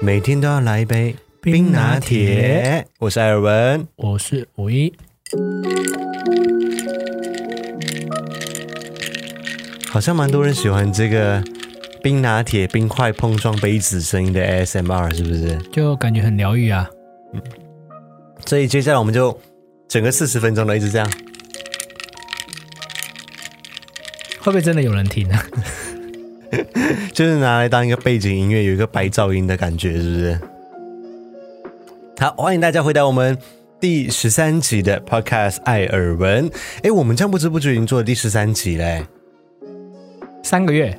每天都要来一杯冰拿铁。我是艾尔文，我是五一，好像蛮多人喜欢这个冰拿铁冰块碰撞杯子声音的 ASMR，是不是？就感觉很疗愈啊。所以接下来我们就整个四十分钟都一直这样。 会不会真的有人听啊？ 就是拿来当一个背景音乐，有一个白噪音的感觉，是不是？好，欢迎大家回到我们第十三集的 Podcast《艾尔文》。哎，我们这样不知不觉已经做了第十三集嘞。三个月，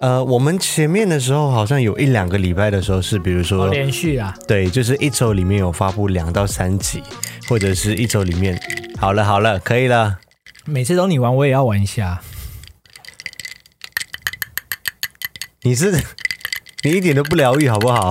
呃，我们前面的时候好像有一两个礼拜的时候是，比如说，连续啊，对，就是一周里面有发布两到三集，或者是一周里面，好了好了，可以了。每次都你玩，我也要玩一下。你是 你一点都不疗愈，好不好？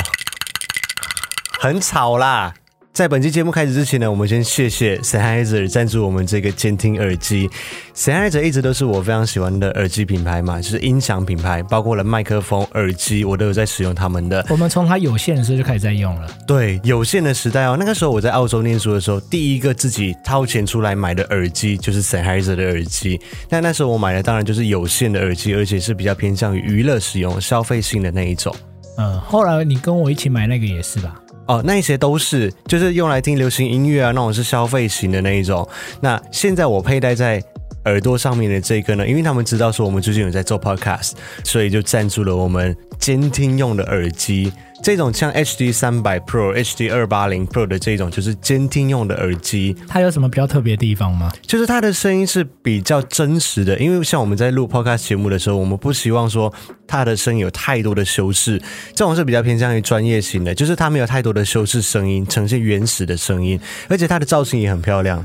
很吵啦！在本期节目开始之前呢，我们先谢谢 Sennheiser 赞助我们这个监听耳机。Sennheiser 一直都是我非常喜欢的耳机品牌嘛，就是音响品牌，包括了麦克风、耳机，我都有在使用他们的。我们从它有限的时候就开始在用了，对，有线的时代哦，那个时候我在澳洲念书的时候，第一个自己掏钱出来买的耳机就是 Sennheiser 的耳机。那那时候我买的当然就是有线的耳机，而且是比较偏向于娱乐使用、消费性的那一种。嗯，后来你跟我一起买那个也是吧？哦，那一些都是就是用来听流行音乐啊，那种是消费型的那一种。那现在我佩戴在耳朵上面的这个呢，因为他们知道说我们最近有在做 podcast，所以就赞助了我们监听用的耳机。这种像 HD 三百 Pro、HD 二八零 Pro 的这种，就是监听用的耳机。它有什么比较特别的地方吗？就是它的声音是比较真实的，因为像我们在录 podcast 节目的时候，我们不希望说它的声音有太多的修饰，这种是比较偏向于专业型的，就是它没有太多的修饰声音，呈现原始的声音，而且它的造型也很漂亮。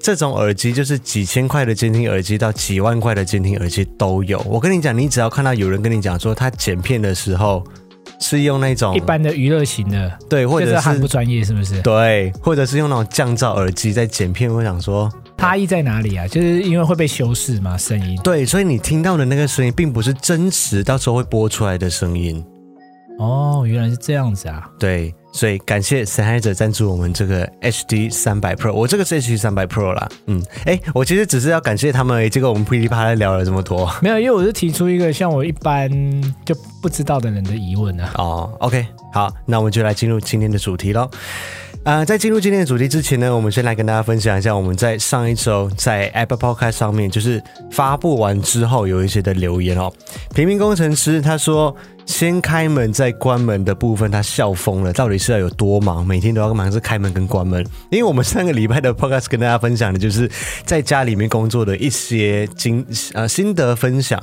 这种耳机就是几千块的监听耳机到几万块的监听耳机都有。我跟你讲，你只要看到有人跟你讲说他剪片的时候是用那种一般的娱乐型的，对，哦或就者是是很不专业，是不是？对，或者是用那种降噪耳机在剪片，我想说差异在哪里啊？就是因为会被修饰嘛，声音。对，所以你听到的那个声音，并不是真实到时候会播出来的声音。哦，原来是这样子啊。对，所以感谢 Sennheiser 赞助我们这个 HD 三百 Pro，我这个是 HD 三百 Pro 啦。嗯，哎，我其实只是要感谢他们而已，结果我们噼里啪啦聊了这么多。 没有，因为我是提出一个像我一般就不知道的人的疑问啊。哦，OK，好，那我们就来进入今天的主题喽。呃，在进入今天的主题之前呢，我们先来跟大家分享一下我们在上一周在 Apple Podcast 上面就是发布完之后有一些的留言哦。平民工程师他说，先开门再关门的部分他笑疯了，到底是要有多忙？每天都要忙是开门跟关门，因为我们上个礼拜的 Podcast 跟大家分享的就是在家里面工作的一些经呃心得分享。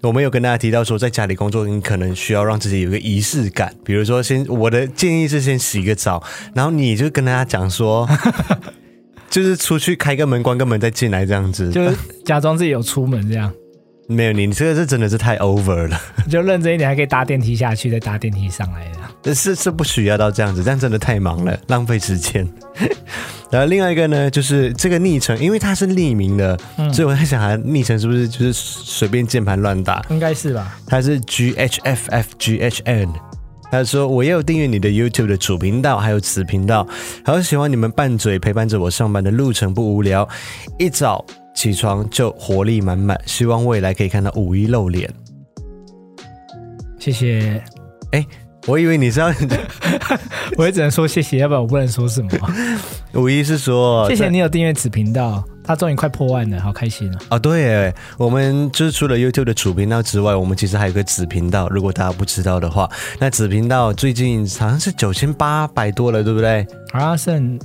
我们有跟大家提到说，在家里工作，你可能需要让自己有一个仪式感，比如说先，我的建议是先洗个澡，然后你就跟大家讲说， 就是出去开个门、关个门再进来这样子。就是假装自己有出门这样，没有你，你这个是真的是太 over 了，就认真一点，还可以搭电梯下去，再搭电梯上来的。是是不需要到这样子，这样真的太忙了，浪费时间。 然后另外一个呢，就是这个昵称，因为它是匿名的，嗯所以我在想，啊，昵称是不是就是随便键盘乱打？应该是吧？他是 G H F F G H N。他说：“我也有订阅你的 YouTube 的主频道，还有子频道，好喜欢你们拌嘴陪伴着我上班的路程不无聊，一早起床就活力满满，希望未来可以看到五一露脸。谢谢，我以为你是要 我也只能说谢谢，要不然我不能说什么。五一是说谢谢你有订阅此频道，他终于快破万了，好开心啊！哦，对耶，我们就是除了 YouTube 的主频道之外，我们其实还有个子频道。如果大家不知道的话，那子频道最近好像是九千八百多了，对不对？啊，剩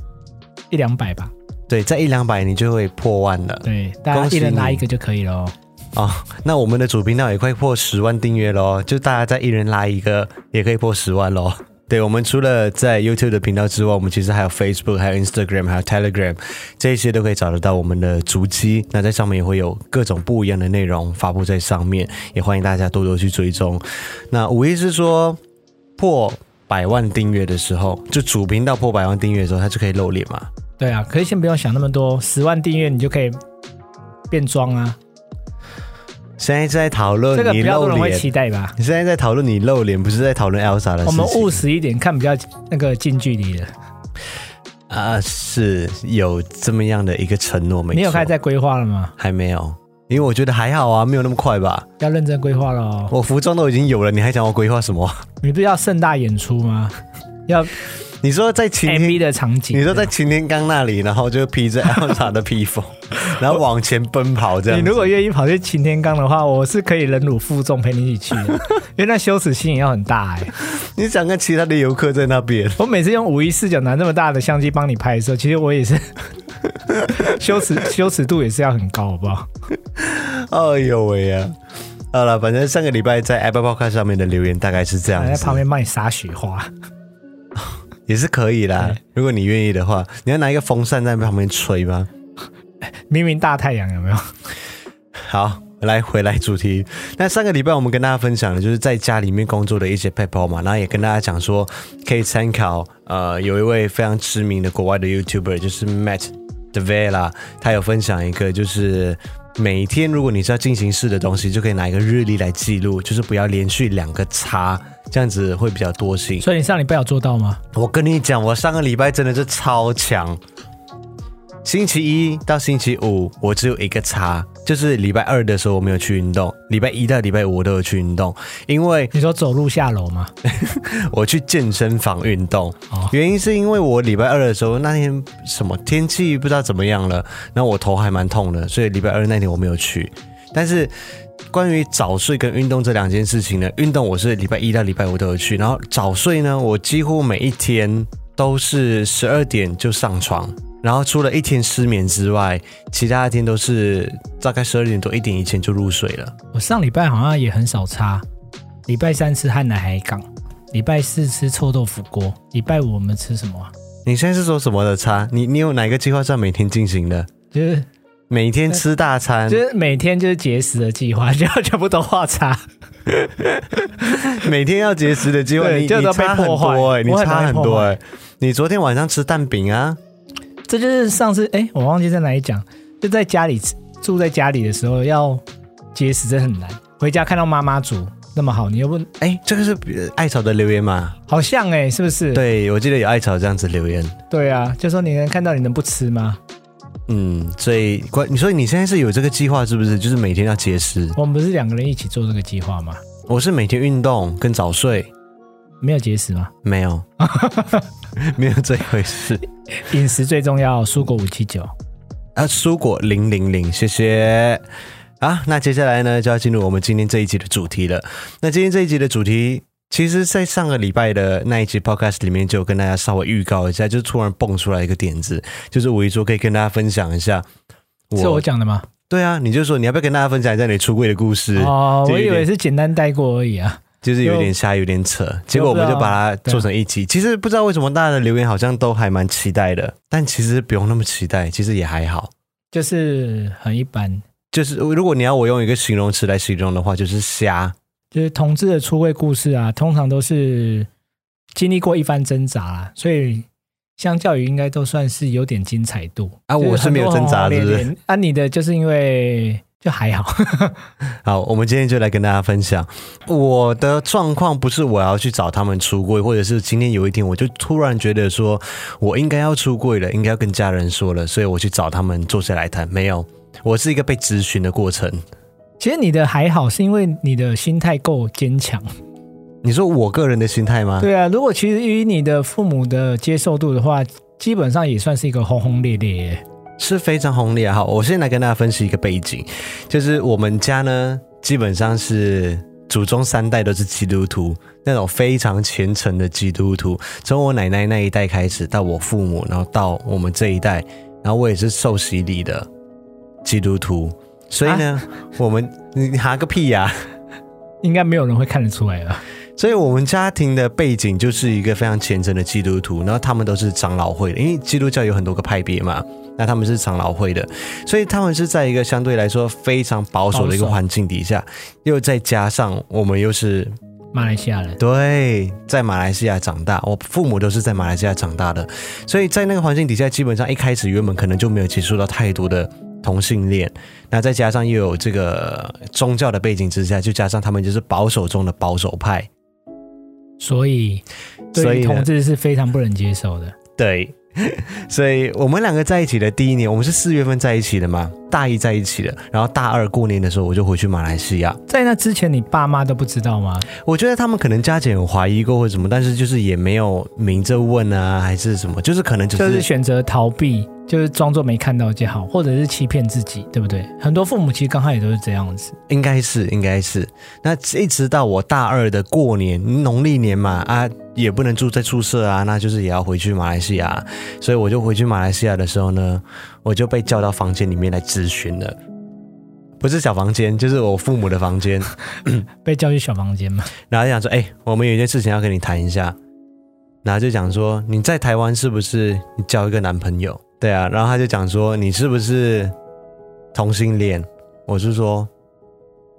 一两百吧，对，在一两百你就会破万了。对，大家恭喜一人拿你一个就可以喽。哦，那我们的主频道也快破十万订阅喽，就大家再一人拉一个，也可以破十万喽。对，我们除了在 YouTube 的频道之外，我们其实还有 Facebook、还有 Instagram、还有 Telegram，这些都可以找得到我们的足迹。那在上面也会有各种不一样的内容发布在上面，也欢迎大家多多去追踪。那五一是说破百万订阅的时候，就主频道破百万订阅的时候，它就可以露脸嘛？对啊，可是先不用想那么多，十万订阅你就可以变装啊，现在在讨论这个比你较露多人会脸，期待吧。呃你现在在讨论你露脸，不是在讨论 Elsa 的事情。我们务实一点，看比较那个近距离的。啊、是有这么样的一个承诺，没错。你有开始在规划了吗？还没有，因为我觉得还好啊，没有那么快吧。要认真规划了哦。我服装都已经有了，你还想我规划什么？ 你不是要盛大演出吗？要你说在晴天 MV 的场景。你说在擎天岗那里，然后就披着 Elsa 的披风，然后往前奔跑这你样。如果愿意跑去擎天岗的话，我是可以忍辱负重陪你一起去 的，因为那羞耻心也要很大哎、你想跟其他的游客在那边，我每次用五一四九拿这么大的相机帮你拍的时候，其实我也是 羞耻羞耻度也是要很高，好不好？哎呦喂呀、好了，反正上个礼拜在 Apple Podcast 上面的留言大概是这样哎还在子旁，边帮你撒雪花，也是可以啦。哎如果你愿意的话，你要拿一个风扇在旁边吹吗？明明大太阳有没有？好，来回来主题。那上个礼拜我们跟大家分享的就是在家里面工作的一些 paper 嘛，然后也跟大家讲说可以参考呃有一位非常知名的国外的 YouTuber 就是 Matt Devella，他有分享一个就是。每天，如果你是要进行式的东西，就可以拿一个日历来记录，就是不要连续两个叉，这样子会比较多心。所以你上礼拜有做到吗？我跟你讲，我上个礼拜真的是超强。星期一到星期五，我只有一个差，就是礼拜二的时候我没有去运动，礼拜一到礼拜五我都有去运动，因为你说走路下楼吗？我去健身房运动哦。原因是因为我礼拜二的时候那天什么天气不知道怎么样了，然后我头还蛮痛的，所以礼拜二那天我没有去。但是关于早睡跟运动这两件事情呢，运动我是礼拜一到礼拜五都有去，然后早睡呢，我几乎每一天都是十二点就上床。然后除了一天失眠之外，其他的天都是大概十二点多一点以前就入睡了。我上礼拜好像也很少擦，礼拜三吃汉奶海港，礼拜四吃臭豆腐锅，礼拜五我们吃什么啊、你现在是说什么的差？你你有哪个计划是要每天进行的？就是每天吃大餐，就是每天就是节食的计划， 就全部都画叉， 每天要节食的机会，对你就你都被差很破坏多哎、你我很差容易很破多哎、坏你昨天晚上吃蛋饼啊？这就是上次哎、我忘记在哪里讲，就在家里吃住在家里的时候要节食真的很难，回家看到妈妈煮那么好，你又不哎、这个是呃艾草的留言嘛？好像哎、是不是？对，我记得有艾草这样子留言。对啊，就说你能看到你能不吃吗？嗯，所以关，所以你现在是有这个计划是不是？就是每天要节食。我们不是两个人一起做这个计划吗？我是每天运动跟早睡，没有节食吗？没有， 没有这回事。饮食最重要，蔬果五七九。啊，蔬果零零零，谢谢。啊，那接下来呢，就要进入我们今天这一集的主题了。那今天这一集的主题，其实在上个礼拜的那一集 podcast 里面，就有跟大家稍微预告一下，就突然蹦出来一个点子，就是我一说可以跟大家分享一下。是我讲的吗？对啊，你就说你要不要跟大家分享一下你出柜的故事？哦，就我有以点为是简单带过而已啊。就是有点瞎，有点扯，结果我们就把它做成一集。其实不知道为什么大家的留言好像都还蛮期待的，但其实不用那么期待，其实也还好。就是很一般，就是如果你要我用一个形容词来形容的话，就是瞎。就是同志的出柜故事啊，通常都是经历过一番挣扎啦，所以相较于应该都算是有点精彩度啊我是没有挣扎的，是不是是？啊，你的就是因为就还好， 好，我们今天就来跟大家分享我的状况，不是我要去找他们出柜，或者是今天有一天我就突然觉得说我应该要出柜了，应该要跟家人说了，所以我去找他们坐下来谈。没有，我是一个被咨询的过程。其实你的还好，是因为你的心态够坚强。啊你说我个人的心态吗？对啊，如果其实与你的父母的接受度的话，基本上也算是一个轰轰烈烈耶。是非常红利啊！好，我先来跟大家分析一个背景，就是我们家呢，基本上是祖宗三代都是基督徒，那种非常虔诚的基督徒。从我奶奶那一代开始，到我父母，然后到我们这一代，然后我也是受洗礼的基督徒。所以呢，我们你你哈个屁呀、应该没有人会看得出来吧？所以我们家庭的背景就是一个非常虔诚的基督徒，然后他们都是长老会的，因为基督教有很多个派别嘛，那他们是长老会的，所以他们是在一个相对来说非常保守的一个保守环境底下，又再加上我们又是马来西亚人，对，在马来西亚长大，我父母都是在马来西亚长大的，所以在那个环境底下，基本上一开始原本可能就没有接触到太多的同性恋，那再加上又有这个宗教的背景之下，就加上他们就是保守中的保守派，所以所对于以呢同志是非常不能接受的。对， 所以我们两个在一起的第一年，我们是四月份在一起的嘛，大一在一起的，然后大二过年的时候我就回去马来西亚。在那之前，你爸妈都不知道吗？我觉得他们可能家姐有怀疑过或者什么，但是就是也没有明着问啊，还是什么，就是可能只就是是选择逃避，就是装作没看到就好，或者是欺骗自己，对不对？很多父母其实刚开始都是这样子。应该是应该是。那一直到我大二的过年，农历年嘛啊，也不能住在宿舍啊，那就是也要回去马来西亚，所以我就回去马来西亚的时候呢，我就被叫到房间里面来咨询了。不是小房间，就是我父母的房间。被叫去小房间嘛，然后就想说，哎、我们有一件事情要跟你谈一下。然后就讲说，你在台湾是不是你交一个男朋友？对啊，然后他就讲说，你是不是同性恋？我是说，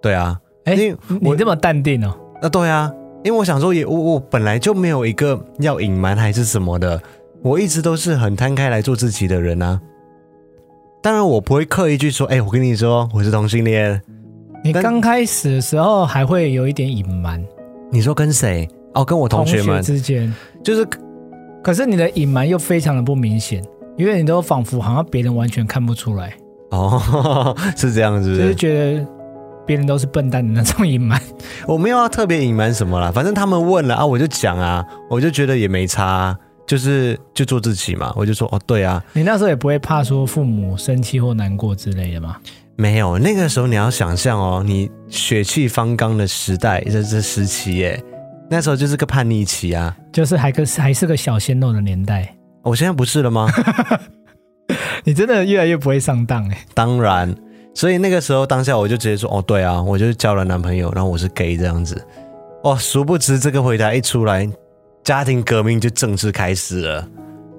对啊，哎因为我你这么淡定哦，啊，对啊，因为我想说也，我我本来就没有一个要隐瞒还是什么的，我一直都是很摊开来做自己的人啊。当然，我不会刻意去说，哎、我跟你说，我是同性恋。你但刚开始的时候还会有一点隐瞒，你说跟谁？哦，跟我同学们，之间，就是 可是你的隐瞒又非常的不明显，因为你都仿佛好像别人完全看不出来，哦，是这样，是不？就是是觉得别人都是笨蛋的那种隐瞒。 我没有要特别隐瞒什么啦，反正他们问了啊，我就讲啊，我就觉得也没差、啊，就是就做自己嘛。我就说哦，对啊，你那时候也不会怕说父母生气或难过之类的吗？没有。那个时候你要想象哦，你血气方刚的时代，这这时期耶，那时候就是个叛逆期啊。哦就是还个还是个小鲜肉的年代，我现在不是了吗？ 你真的越来越不会上当哎、当然，所以那个时候当下我就直接说哦，对啊，我就交了男朋友，然后我是 gay 这样子。哦，殊不知这个回答一出来，家庭革命就正式开始了。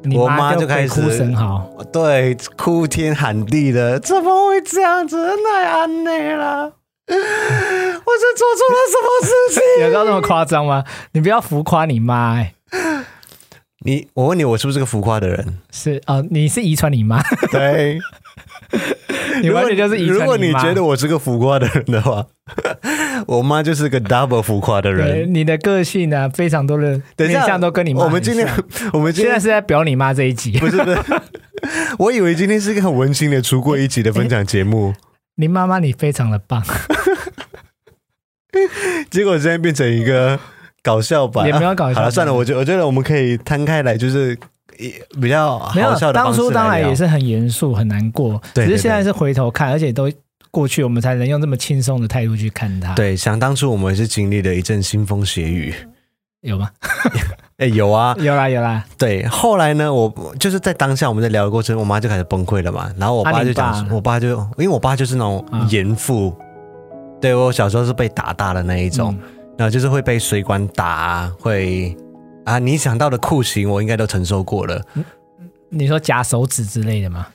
你我妈就就开始鬼哭神嚎，对，哭天喊地的，怎么会这样子？奈安内啦！ 我是做错了什么事情？ 有到那么夸张吗？你不要浮夸你妈哎、你，我问你，我是不是个浮夸的人？是哦，你是遗传你妈， 对，你完全就是遗传如果你妈觉得我是个浮夸的人的话， 我妈就是个 double 浮夸的对人。你的个性呢、啊，非常多的等一面下，向都跟你妈我们很今天 像，我们今现在天是在表你妈这一集， 不是不是， 我以为今天是一个很温馨的出过一集的分享节目，你妈妈你非常的棒，结果现在变成一个搞笑版，哎也没有搞笑嗯好了，算了，我觉我觉得我们可以摊开来，就是一比较 没好笑有的方当式初来当然聊也是很严肃很难过，对对只是对现在是回头看，而且都过去，我们才能用这么轻松的态度去看它，，对。想当初我们是经历了一阵腥风血雨，有吗？哎，有啊，有啦有啦，对。后来呢，我就是在当下我们在聊的过程，我妈就开始崩溃了嘛，然后我啊爸你就讲爸说，我爸就因为我爸就是那种啊严父，对我小时候是被打大的那一种，嗯然后就是会被水管打啊，会啊，你想到的酷刑我应该都承受过了。你说夹手指之类的吗？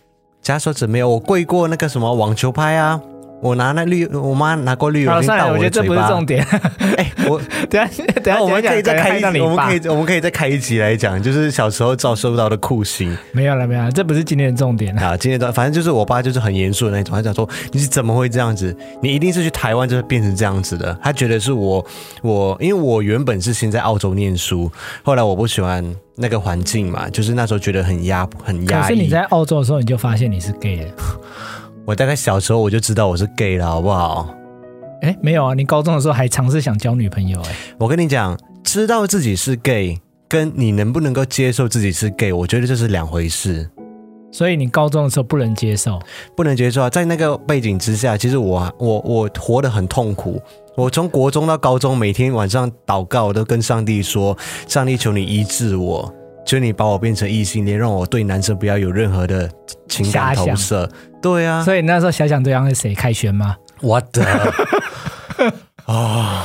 夹手指没有，我跪过那个什么网球拍啊，我拿那绿，我妈拿过绿油好了，精 算到了，我觉的得这嘴不是巴。重点。 哎、我等一下，等一下，我们讲可以一讲再可开能害一到集，你我们爸可以我们可以再开一集来讲，就是小时候遭受到的酷刑没有了，没有了，这不是今天的重点了。 啊。今天的反正就是我爸就是很严肃的那种，他讲说你是怎么会这样子？你一定是去台湾就是变成这样子的。他觉得是我我因为我原本是先在澳洲念书，后来我不喜欢那个环境嘛，就是那时候觉得很压很可压是你抑。在澳洲的时候，你就发现你是 gay 了。我大概小时候我就知道我是 gay 了，好不好？哎，没有啊，你高中的时候还尝试想交女朋友哎、我跟你讲，知道自己是 gay，跟你能不能够接受自己是 gay，我觉得这是两回事。所以你高中的时候不能接受，不能接受啊，在那个背景之下，其实我我我活得很痛苦。我从国中到高中，每天晚上祷告，我都跟上帝说：“上帝，求你医治我，求你把我变成异性恋，让我对男生不要有任何的情感遐想投射。”对啊，所以你那时候想想对象是谁？凯旋吗？我 的啊哦，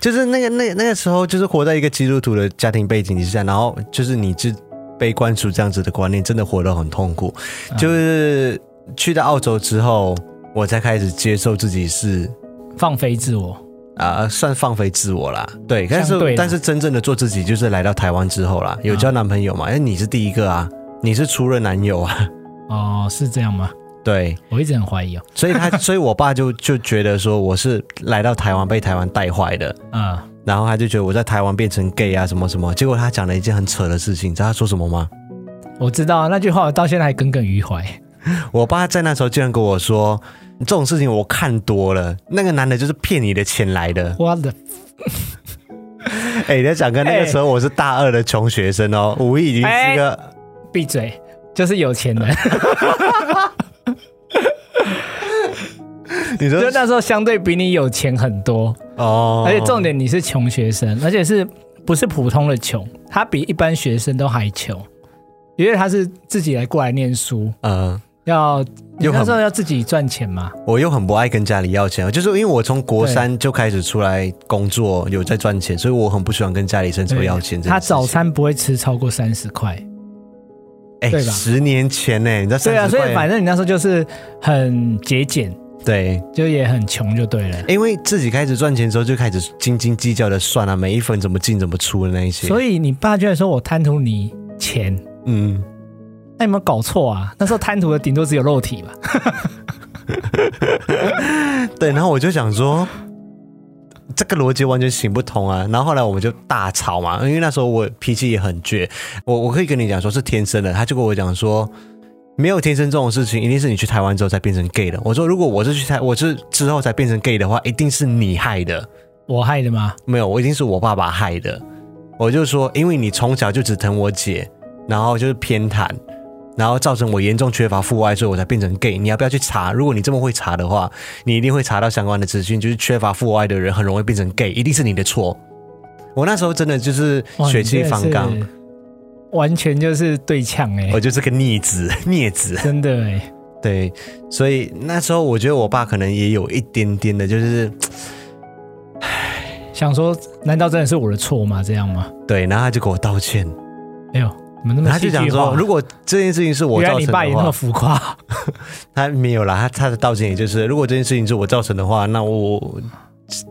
就是那个那那个时候，就是活在一个基督徒的家庭背景之下，然后就是你就被灌输这样子的观念，真的活得很痛苦。嗯就是去到澳洲之后，我才开始接受自己是。放飞自我，啊、算放飞自我啦，对，但相对是啦但是真正的做自己，嗯就是来到台湾之后啦，有交男朋友嘛？哎、你是第一个啊，你是初任男友啊， 哦，是这样吗？对，我一直很怀疑哦。所以 他，所以我爸就就觉得说我是来到台湾被台湾带坏的，啊、然后他就觉得我在台湾变成 gay 啊什么什么。结果他讲了一件很扯的事情，你知道他说什么吗？我知道那句话，我到现在还耿耿于怀。我爸在那时候竟然跟我说这种事情我看多了，那个男的就是骗你的钱来 的。我的，哎、你在讲跟那个时候我是大二的穷学生哦，哎五一已经是个、闭嘴，就是有 钱人。你说就那时候相对比你有钱很多，哦，而且重点你是穷学生，而且是不是普通的穷？他比一般学生都还穷，因为他是自己来过来念书，呃，要你又很那时候要自己赚钱嘛。我又很不爱跟家里要钱，就是因为我从国三就开始出来工作，有在赚钱，所以我很不喜欢跟家里伸手对要钱这件他事情。早餐不会吃超过三十块。哎、对吧十年前呢、你知道对啊，三十所块？以反正你那时候就是很节俭，对，就也很穷就对了。因为自己开始赚钱之后，就开始斤斤计较的算啊，每一分怎么进怎么出的那一些。所以，以你爸居然说我贪图你钱，嗯，那有没有搞错啊？那时候贪图的顶多只有肉体吧？对，然后我就想说。这个逻辑完全行不通啊！然后后来我们就大吵嘛，因为那时候我脾气也很倔，我我可以跟你讲说是天生的，他就跟我讲说没有天生这种事情，一定是你去台湾之后才变成 gay 的。我说如果我是去台，我是之后才变成 gay 的话，一定是你害的。我害的吗？没有，我一定是我爸爸害的。我就说，因为你从小就只疼我姐，然后就是偏袒，然后造成我严重缺乏父爱，所以我才变成 gay。你要不要去查？如果你这么会查的话，你一定会查到相关的资讯，就是缺乏父爱的人很容易变成 gay，一定是你的错。我那时候真的就是哇血气方，刚你真，的是完全就是对呛哎、我就是个逆子， 孽子。真的哎、对，所以那时候我觉得我爸可能也有一点点的，就是想说难道真的是我的错吗？这样吗？对，然后他就给我道歉，哎呦，你然们那么后他就戏讲剧说，化。如果这件事情是我原造来成你的爸也那话么，浮夸，他没有啦，他他的道歉也就是，如果这件事情是我造成的话，那我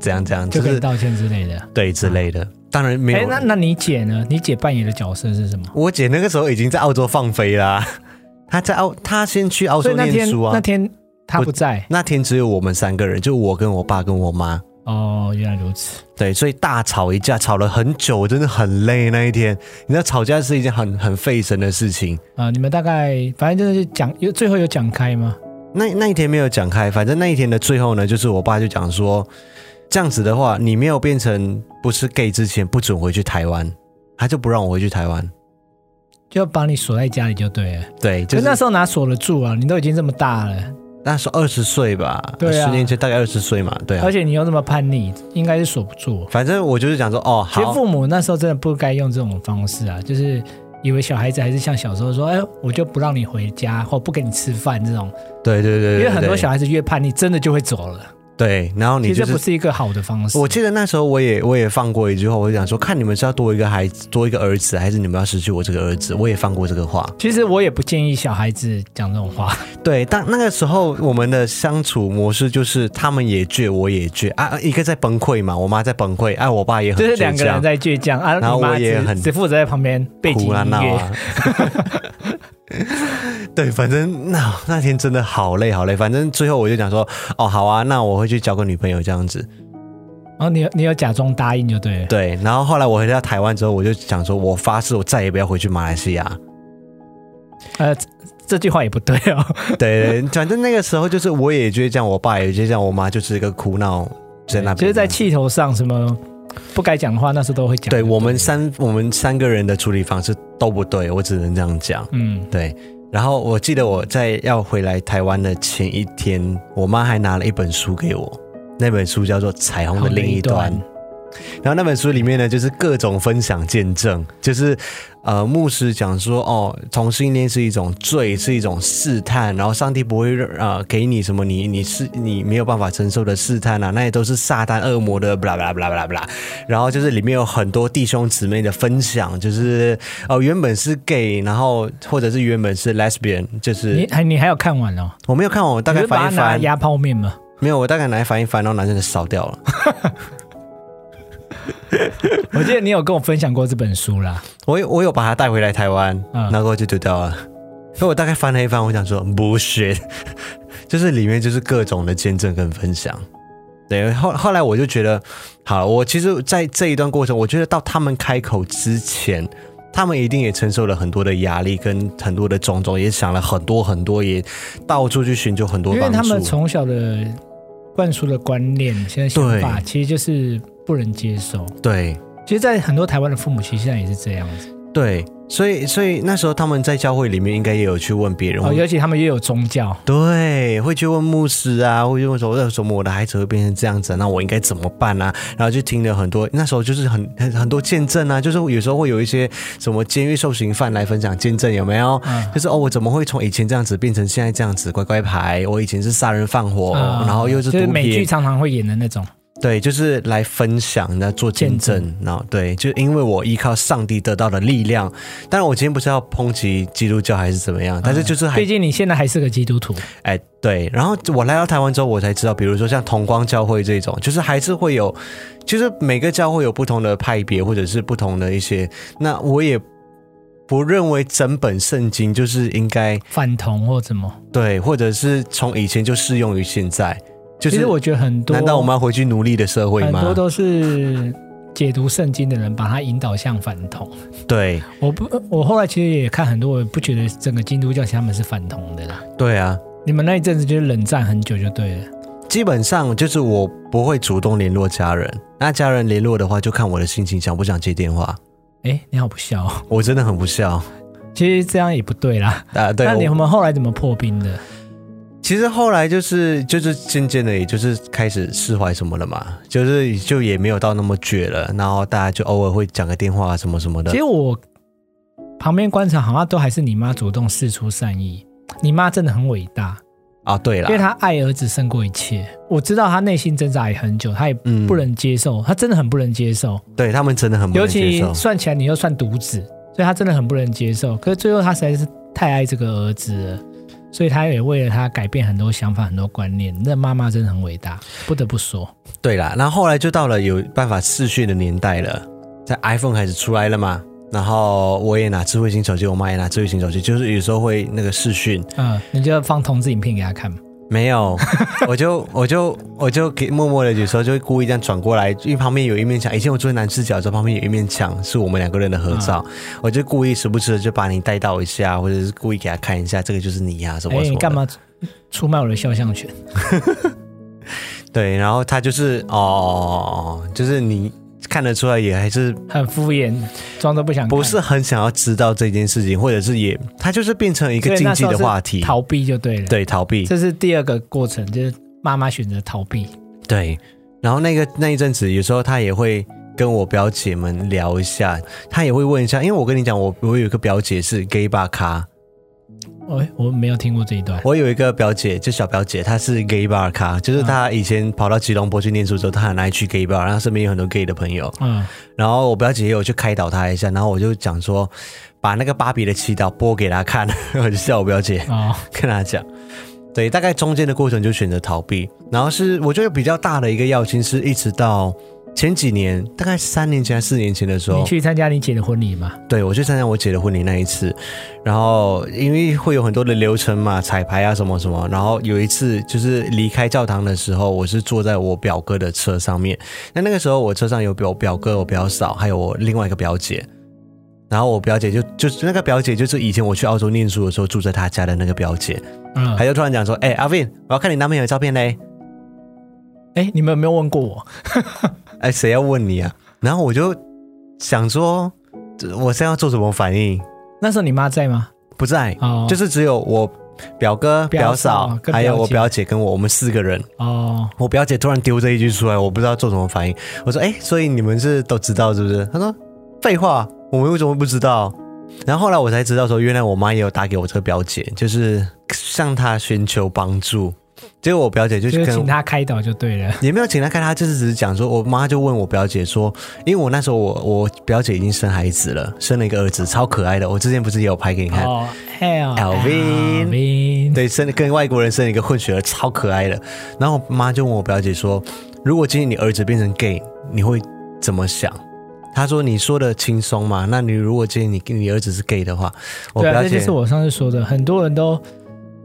怎样怎样，就就可以是道歉之类的。对之类的。当然没哎、有，那那你姐呢？你姐扮演的角色是什么？我姐那个时候已经在澳洲放飞啦、 她在澳，她先去澳所洲以那念天书那啊。天她我不在那天只有我们三个人，就我跟我爸跟我妈。哦，原来如此。对，所以大吵一架，吵了很久，我真的很累那一天。你知道，吵架是一件很很费神的事情。啊，你们大概反正就是讲，有最后有讲开吗？那那一天没有讲开，反正那一天的最后呢，就是我爸就讲说，这样子的话，你没有变成不是 gay 之前，不准回去台湾，他就不让我回去台湾。就把你锁在家里就对了。对，就就是那那时候哪锁得住啊？你都已经这么大了，那时候二十岁吧，对啊十年前大概二十岁嘛，对啊而。且你又这么叛逆，应该是锁不住。反正我就是讲说，哦，其实好，父母那时候真的不该用这种方式啊，就是以为小孩子还是像小时候说，哎，我就不让你回家，或不给你吃饭这种。对对对对，因为很多对小孩子越叛逆，真的就会走了。对，然后其你实就这不是。是一个好的方式。我记得那时候我也我也放过一句话，我就讲说，看你们是要多一个孩子，多一个儿子，还是你们要失去我这个儿子？我也放过这个话。其实我也不建议小孩子讲这种 话。对，但那个时候我们的相处模式就是他们也倔，我也倔啊，一个在崩溃嘛，我妈在崩溃，哎、我爸也很就是倔两个人强在倔强啊，然后你妈我也只很只负责在旁边背景哭啊音闹乐， 啊。对，反正那那天真的好累好累，反正最后我就讲说，哦，好啊，那我会去交个女朋友这样子。然后你有你有假装答应就对了。对，然后后来我回到台湾之后，我就想说，我发誓我再也不要回去马来西亚。呃，这这句话也不对哦。对，反正那个时候就是我也倔强，我爸也倔强，我妈就是一个哭闹在那边这样子。啊就是在气头上，什么不该讲的话，那时候都会讲。对我们三我们三个人的处理方式都不对，我只能这样讲。嗯，对，然后我记得我在要回来台湾的前一天，我妈还拿了一本书给我，那本书叫做《彩虹的另一端》。然后那本书里面呢，就是各种分享见证，就是呃，牧师讲说，哦，同性恋是一种罪，是一种试探，然后上帝不会让呃给你什么你你是你没有办法承受的试探啊，那也都是撒旦恶魔的，巴拉巴拉巴拉巴拉。然后就是里面有很多弟兄姊妹的分享，就是哦、原本是 gay，然后或者是原本是 lesbian，就是你还你还有看完哦？我没有看完，我大你概是把它翻一拿来翻，压泡面吗？没有，我大概拿来翻一翻，然后男生就烧掉了。 我记得你有跟我分享过这本书啦。我有我有把它带回来台湾，嗯然后就丢掉了。可我大概翻了一翻，我想说 bullshit，就是里面就是各种的见证跟分享。对，后后来我就觉得，好，我其实，在这一段过程，我觉得到他们开口之前，他们一定也承受了很多的压力，跟很多的种种，也想了很多很多，也到处去寻求很多因为帮助。他们从小的灌输的观念，现在想法其实就是不能接受。对，其实，在很多台湾的父母其实现在也是这样子，对，所以所以那时候他们在教会里面应该也有去问别人，哦，尤其他们也有宗教，对，会去问牧师啊，会去问说为什么我的孩子会变成这样子啊，那我应该怎么办啊？然后就听了很多，那时候就是很很很多见证啊，就是有时候会有一些什么监狱受刑犯来分享见证，有没有？嗯就是哦，我怎么会从以前这样子变成现在这样子？乖乖牌，我以前是杀人放火，啊哦然后又是就是毒美剧品，常常会演的那种，对，就是来分享，那做见证，见然后对，就因为我依靠上帝得到的力量。当然，我今天不是要抨击基督教还是怎么样，但是就是还啊毕竟你现在还是个基督徒，哎，对，然后我来到台湾之后，我才知道，比如说像同光教会这种，就是还是会有，就是每个教会有不同的派别，或者是不同的一些。那我也不认为整本圣经就是应该反同或怎么？对，或者是从以前就适用于现在。就其是实我觉得很多，难道我们要回去奴隶的社会很吗多？都是解读圣经的人把它引导向反同。对我不，我后来其实也看很多，我不觉得整个基督教其实他们是反同的啦。对啊，你们那一阵子就是冷战很久就对了，基本上就是我不会主动联络家人，那家人联络的话，就看我的心情，想不想接电话。哎，你好不孝、哦， 我真的很不孝啊、其实这样也不对啦。对，那我你们后来怎么破冰的？其实后来就是就是渐渐的，也就是开始释怀什么了嘛，就是就也没有到那么绝了，然后大家就偶尔会讲个电话啊什么什么的其。实我旁边观察，好像都还是你妈主动示出善意。你妈真的很伟大，啊，对因为啦，她爱儿子胜过一切。我知道她内心挣扎也很久，她也嗯不能接受，她真的很不能接受。对他们真的很不尤能接其受。算起来你又算独子，所以她真的很不能接受。可是最后她实在是太爱这个儿子了，所以她也为了他改变很多想法、很多观念。那妈妈真的很伟大，不得不说。对啦，然后后来就到了有办法视讯的年代了，在 iPhone 开始出来了嘛，然后我也拿智慧型手机，我妈也拿智慧型手机，就是有时候会那个视讯，嗯，你就放同志影片给她看嘛。没有， 我就我就我就给默默的，有时候就会故意这样转过来，因为旁边有一面墙。以前我坐在男视角的时候，旁边有一面墙是我们两个人的合照，嗯我就故意时不时的就把你带到一下，或者是故意给他看一下，这个就是你呀、什哎、么什么。你干？嘛出卖我的肖像权？对，然后他就是哦，就是你看得出来，也还是很敷衍，装作不想看，不是很想要知道这件事情，或者是也他就是变成一个禁忌的话题，逃避就对了。，对逃避。这是第二个过程，就是妈妈选择逃避。对，然后那个那一阵子，有时候他也会跟我表姐们聊一下，他也会问一下，因为我跟你讲，我我有一个表姐是 gay 吧咖，我、哎我没有听过这一段，我有一个表姐就小表姐，她是 gay 吧咖，就是她以前跑到吉隆坡去念书之后，她很爱去 gay bar，然后身边有很多 gay 的朋友，嗯，然后我表姐也有去开导她一下，然后我就讲说，把那个芭比的祈祷播给她看， 我就笑我表姐，哦， 跟他讲。对，大概中间的过程就选择逃避，然后是我觉得比较大的一个要因是一直到前几年，大概三年前、还是四年前的时你候，去参加你姐的婚礼嘛？对我去参加我姐的婚礼那一次，然后因为会有很多的流程嘛，彩排啊什么什么，然后有一次就是离开教堂的时候，我是坐在我表哥的车上面，那那个时候我车上有表表哥、我表嫂，还有我另外一个表姐。然后我表姐就就是那个表姐，就是以前我去澳洲念书的时候住在她家的那个表姐，嗯，他就突然讲说：“哎、阿 Vin，我要看你男朋友的照片嘞。哎、你们有没有问过我？哎，谁要问你啊？然后我就想说，这我现在要做什么反应？那时候你妈在吗？不在，哦，就是只有我表哥、表表嫂嫂，跟还有表我姐表姐跟我，我们四个人。哦，我表姐突然丢这一句出来，我不知道做什么反应。我说：“哎、所以你们是都知道是不是？”她说：“废话，我们为什么会不知道？”然后后来我才知道说，原来我妈也有打给我这个表姐，就是向她寻求帮助。结果我表姐就就是跟请她开导就对了。也没有请他看，他就是只是讲说，我妈就问我表姐说，因为我那时候我我表姐已经生孩子了，生了一个儿子，超可爱的。我之前不是也有拍给你看，哦 l Alvin 对，生跟外国人生了一个混血儿，超可爱的。然后我妈就问我表姐说，如果今天你儿子变成 gay，你会怎么想？他说你说的轻松嘛，那你如果建议你你儿子是 gay 的话，我不对啊，要这介就是我上次说的，很多人都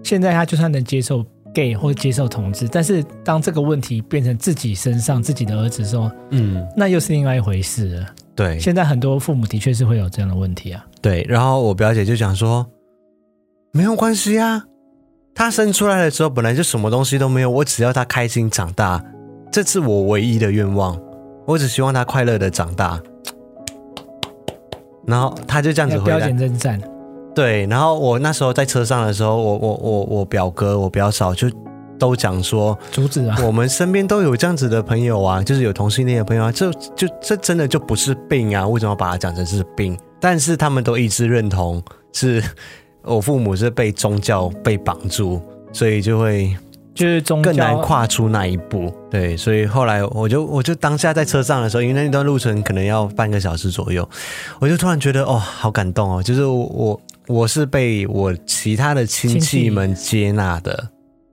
现在他就算能接受 gay 或接受同志，但是当这个问题变成自己身上自己的儿子的时候，嗯，那又是另外一回事了。对现在很多父母的确是会有这样的问题啊，对。然后我表姐就讲说，没有关系啊，他生出来的时候本来就什么东西都没有，我只要他开心长大，这是我唯一的愿望，我只希望他快乐的长大。然后他就这样子要回标答点，真赞，对，然后我那时候在车上的时候，我我我我表哥我表嫂就都讲说，阻止啊，我们身边都有这样子的朋友啊，就是有同性恋的朋友啊，这就这真的就不是病啊，为什么要把它讲成是病？但是他们都一致认同是，我父母是被宗教被绑住，所以就会就是宗教更难跨出那一步。对，所以后来我就我就当下在车上的时候，因为那段路程可能要半个小时左右，我就突然觉得哦，好感动哦，就是我我我是被我其他的亲戚们接纳的。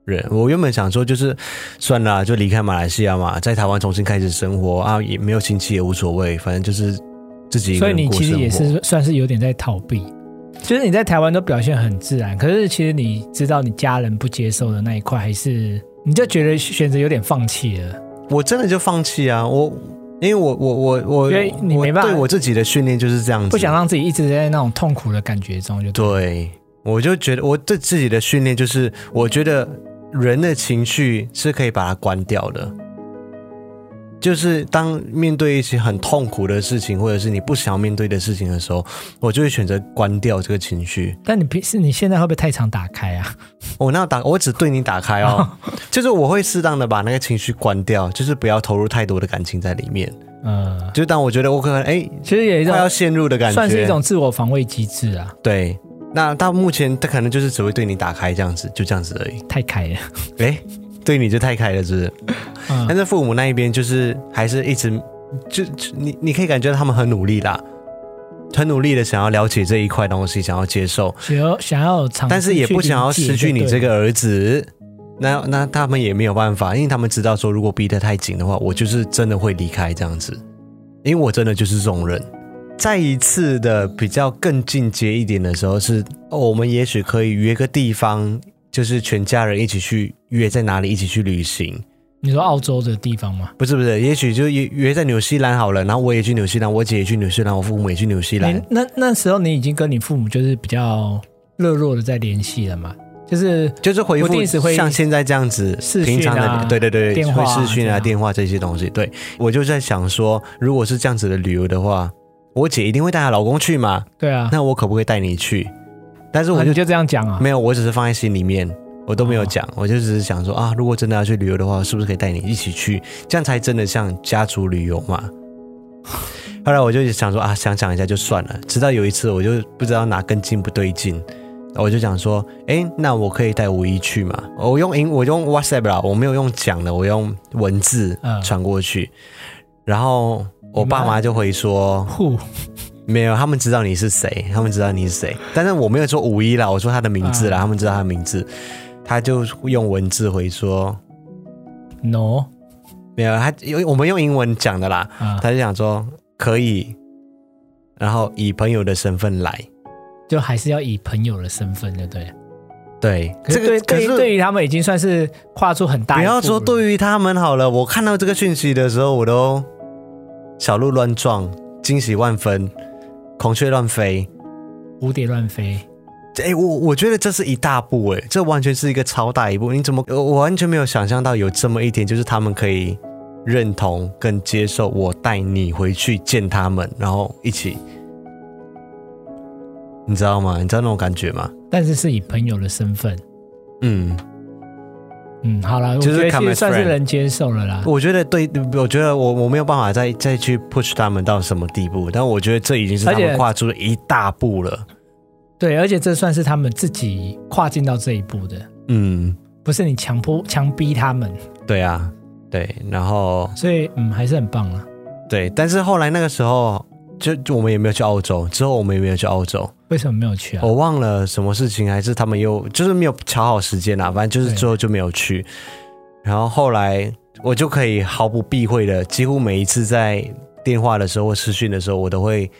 人，我原本想说就是算了啊，就离开马来西亚嘛，在台湾重新开始生活啊，也没有亲戚也无所谓，反正就是自己一个所以人你过其生实活。也是算是有点在逃避，就是你在台湾都表现很自然，可是其实你知道你家人不接受的那一块，还是你就觉得选择有点放弃了。我真的就放弃啊，我因为我我我我因为你没办法我对我自己的训练就是这样子，啊不想让自己一直在那种痛苦的感觉中就，对，我就觉得我对自己的训练就是，我觉得人的情绪是可以把它关掉的。就是当面对一些很痛苦的事情，或者是你不想要面对的事情的时候，我就会选择关掉这个情绪。但你平时你现在会不会太常打开 啊？我那打，我只对你打开 哦，就是我会适当的把那个情绪关掉，就是不要投入太多的感情在里面。呃，就是当我觉得我可能哎、其实也一快种要陷入的感觉，算是一种自我防卫机制啊，对。那到目前，他可能就是只会对你打开这样子，就这样子而已。太开了。哎、对你就太开了，是不是？ 但嗯，是父母那一边就是还是一直就就你你可以感觉到他们很努力啦，很努力的想要了解这一块东西，想要接受，想要想要尝试去理解，但是也不想要失去你这个儿子。那那他们也没有办法，因为他们知道说，如果逼得太紧的话，我就是真的会离开这样子，因为我真的就是这种人。再一次的比较更进阶一点的时候是，哦，我们也许可以约个地方，就是全家人一起去约在哪里一起去旅行，对。你说澳洲的地方吗？不是不是，也许就约约在纽西兰好了，然后我也去纽西兰，我姐也去纽西兰，我父母也去纽西兰你，那那时候你已经跟你父母就是比较热络的在联系了嘛，就是就是回不定时复会像现在这样子，视讯啊平常的对对对，电话啊会视讯这啊、样电话这些东西。对我就在想说，如果是这样子的旅游的话，我姐一定会带她老公去嘛，对啊，那我可不可以带你去？但是啊我你就就这样讲啊，没有，我只是放在心里面，我都没有讲，我就只是想说啊，如果真的要去旅游的话，是不是可以带你一起去？这样才真的像家族旅游嘛。后来我就想说啊，想想一下就算了。直到有一次，我就不知道哪根筋不对劲，我就想说，诶，那我可以带五一去嘛？我用英，我用 WhatsApp 啦，我没有用讲的，我用文字嗯传过去。然后我爸妈就回说，户没有，他们知道你是谁，他们知道你是谁，但是我没有说五一啦，我说他的名字啦，啊他们知道他的名字，他就用文字回说， no 没有，他因为我们用英文讲的啦，啊，他就想说可以，然后以朋友的身份来，就还是要以朋友的身份，对不对了？对，可这是个对可对是对于他们已经算是跨出很大不一步要了，说对于他们好了，我看到这个讯息的时候，我都小鹿乱撞，惊喜万分，孔雀乱飞，蝴蝶乱飞，哎、我我觉得这是一大步哎、这完全是一个超大一步。你怎么，呃我我完全没有想象到有这么一天，就是他们可以认同跟接受我带你回去见他们，然后一起，你知道吗？你知道那种感觉吗？但是是以朋友的身份，嗯，嗯，好了，我就是觉得 come as 其实算 friend 是能接受了啦。我觉得对，我觉得我我没有办法再再去 push 他们到什么地步，但我觉得这已经是他而们且跨出了一大步了。对，而且这算是他们自己跨进到这一步的，嗯，不是你强迫强逼他们，对啊，对，然后所以嗯，还是很棒啊。对，但是后来那个时候，就就我们也没有去澳洲，之后我们也没有去澳洲，为什么没有去啊？我忘了什么事情，还是他们又就是没有瞧好时间啦，反正就是对最后就没有去。然后后来我就可以毫不避讳的，几乎每一次在电话的时候或私讯的时候，我都会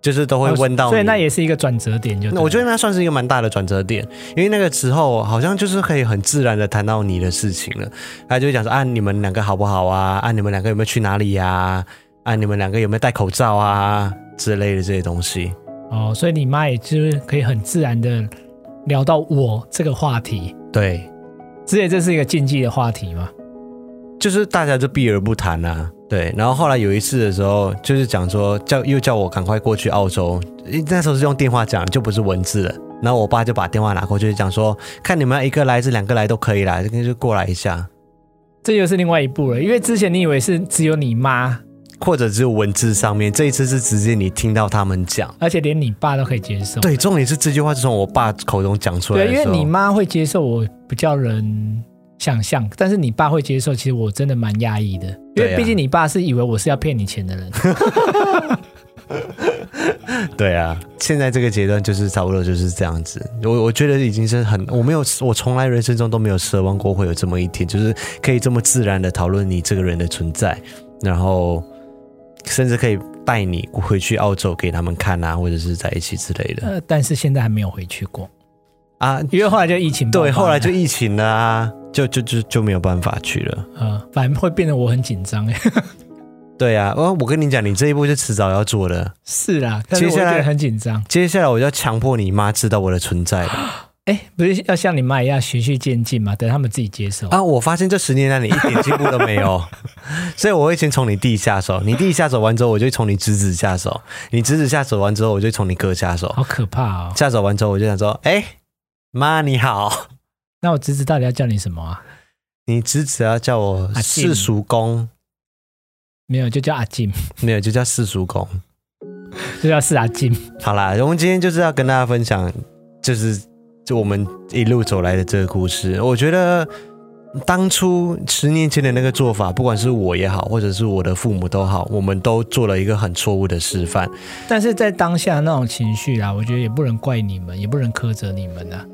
就是都会问到你。哦所以那也是一个转折点就对了，那我觉得那算是一个蛮大的转折点，因为那个时候好像就是可以很自然的谈到你的事情了。他就会讲说啊，你们两个好不好啊？啊，你们两个有没有去哪里呀、啊？啊，你们两个有没有戴口罩啊之类的这些东西。哦，所以你妈也就是可以很自然的聊到我这个话题，对，之前这是一个禁忌的话题嘛？就是大家就避而不谈啊。对，然后后来有一次的时候，就是讲说叫又叫我赶快过去澳洲，因为那时候是用电话讲，就不是文字了。然后我爸就把电话拿过去，讲说看你们要一个来还是两个来都可以啦，就就过来一下，这又是另外一步了，因为之前你以为是只有你妈，或者只有文字上面。这一次是直接你听到他们讲，而且连你爸都可以接受。对，重点是这句话是从我爸口中讲出来对，的因时候。为你妈会接受，我比较能想象，但是你爸会接受，其实我真的蛮压抑的，因对为啊毕竟你爸是以为我是要骗你钱的人。 对啊，现在这个阶段就是差不多就是这样子。我我觉得已经是很，我没有，我从来人生中都没有奢望过会有这么一天，就是可以这么自然的讨论你这个人的存在，然后甚至可以带你回去澳洲给他们看啊，或者是在一起之类的呃，但是现在还没有回去过，啊。因为后来就疫情爆发对，了，后来就疫情啦、啊，就就就就没有办法去了。呃，反正会变得我很紧张哎。对啊，我我跟你讲，你这一步是迟早要做的。 是啦，但是我接下觉来得很紧张。接下来我就要强迫你妈知道我的存在了。哎，不是要像你妈一样循序渐进嘛，等他们自己接受。啊！我发现这十年来你一点进步都没有，所以我会先从你弟下手，你弟下手完之后，我就从你侄子下手，你侄子下手完之后，我就从你哥下手，好可怕哦！下手完之后，我就想说，哎、妈你好，那我侄子到底要叫你什么啊？你侄子要叫我阿进世俗公，没有，就叫阿金， 没有就叫世俗公。就叫是阿金。好啦，我们今天就是要跟大家分享，就是就我们一路走来的这个故事。我觉得当初十年前的那个做法，不管是我也好，或者是我的父母都好，我们都做了一个很错误的示范。但是在当下那种情绪啊，我觉得也不能怪你们，也不能苛责你们啊。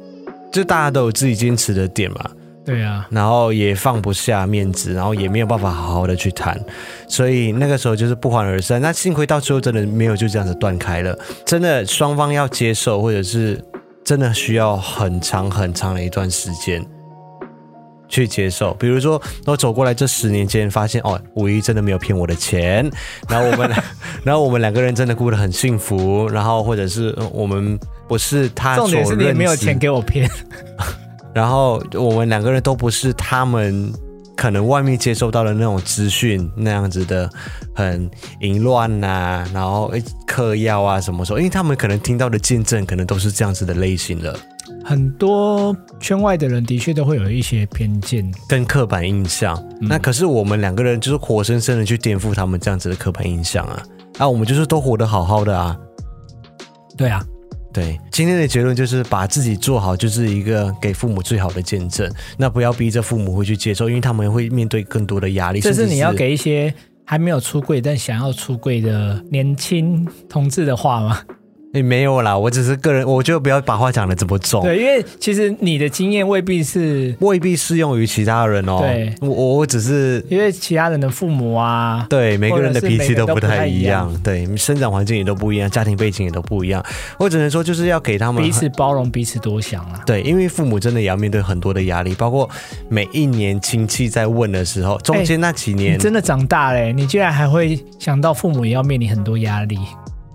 就大家都有自己坚持的点嘛，对啊，然后也放不下面子，然后也没有办法好好的去谈，所以那个时候就是不欢而散。那幸亏到最后真的没有就这样子断开了，真的双方要接受，或者是真的需要很长很长的一段时间。去接受，比如说我走过来这十年间，发现哦，五一真的没有骗我的钱，然后我 们，然后我们两个人真的过得很幸福，然后或者是呃我们不是他重点所是你也认没有知钱给我骗。然后我们两个人都不是他们可能外面接收到的那种资讯那样子的，很淫乱呐、然后诶嗑药啊什么时候？因为他们可能听到的见证，可能都是这样子的类型了， 很多圈外的人的确都会有一些偏见，跟刻板印象。嗯那可是我们两个人就是活生生的去颠覆他们这样子的刻板印象啊！啊，我们就是都活得好好的啊。对啊，对，今天的结论就是把自己做好，就是一个给父母最好的见证。那不要逼着父母会去接受，因为他们会面对更多的压力。这是甚至你要给一些还没有出柜但想要出柜的年轻同志的话吗？也没有啦，我只是个人，我就不要把话讲的这么重，对，因为其实你的经验未必是，未必适用于其他人哦。对我我我只是因为其他人的父母啊，对每个人的或者脾是气都不太一每样，对生长环境也都不一样，家庭背景也都不一样。我只能说，就是要给他们彼此包容，彼此多想啊。对，因为父母真的也要面对很多的压力，包括每一年亲戚在问的时候，中间那几哎你年、真的长大嘞，你居然还会想到父母也要面临很多压力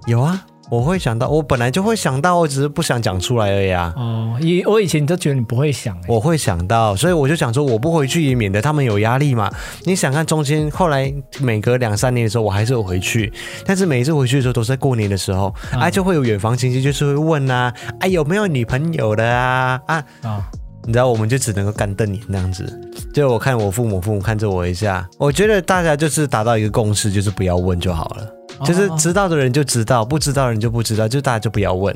有啊，我会想到，我本来就会想到，我只是不想讲出来而已啊。哦。以我以前都觉得你不会想哎，我会想到，所以我就想说，我不回去也免得他们有压力嘛。你想看中间后来每隔两三年的时候，我还是有回去，但是每一次回去的时候都是在过年的时候，哎、啊，就会有远房亲戚就是会问啊，哎、有没有女朋友的啊啊，哦，你知道我们就只能够干瞪眼那样子。就我看我父母，父母看着我一下，我觉得大家就是达到一个共识，就是不要问就好了。就是哦知道的人就知道，不知道的人就不知道，就大家就不要问。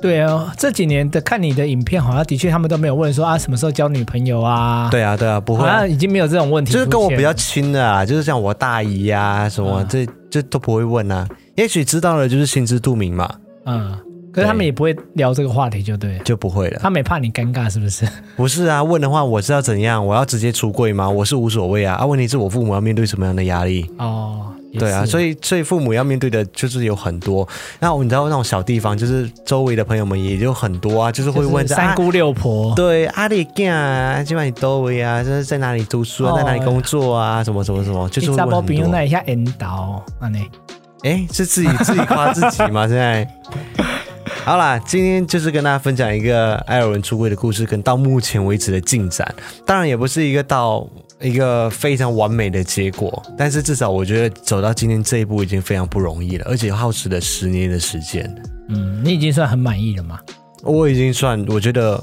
对哦，这几年的看你的影片，好像的确他们都没有问说啊什么时候交女朋友啊，，对啊，对啊，不会好啊、像已经没有这种问题出就现是了，跟我比较亲的啊，就是像我大姨呀、什么，啊这这都不会问啊。也许知道了就是心知肚明嘛。嗯。可是他们也不会聊这个话题，就对了。就不会了。他们也怕你尴尬，是不是？不是啊，问的话我是要怎样？我要直接出柜吗？我是无所谓啊。啊，问题是我父母要面对什么样的压力？哦，也对啊，是所以所以父母要面对的就是有很多。那我你知道那种小地方，就是周围的朋友们也就很多啊，就是就会是问这三啊。姑六婆，对，阿里干啊，今晚你周围啊，就是在哪里读书啊，哦在哪里工作啊，什么什么什么，就是你会查问包很比用多。那一下引导，啊你哎，是自己自己夸自己吗？现在？ 好啦，今天就是跟大家分享一个艾尔文出柜的故事，跟到目前为止的进展。当然也不是一个到一个非常完美的结果，但是至少我觉得走到今天这一步已经非常不容易了，而且耗时了十年的时间。嗯，你已经算很满意了嘛？我已经算，我觉得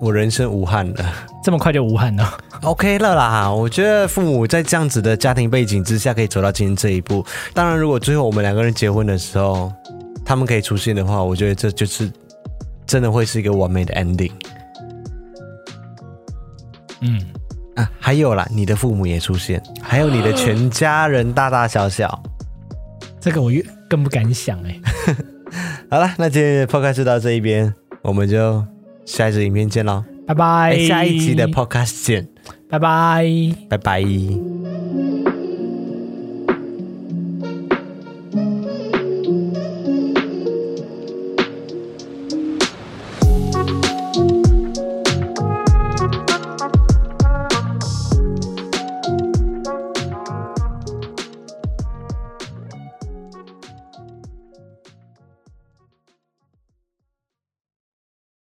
我人生无憾了这么快就无憾了， ，OK 了啦。我觉得父母在这样子的家庭背景之下，可以走到今天这一步。当然，如果最后我们两个人结婚的时候，他们可以出现的话，我觉得这就是真的会是一个完美的 ending。嗯，啊，还有啦，你的父母也出现，还有你的全家人，大大小小。这个我越更不敢想哎、好了，那今天的 podcast 就到这一边，我们就下一支影片见喽，拜拜哎，下一集的 podcast 见，拜拜。拜拜。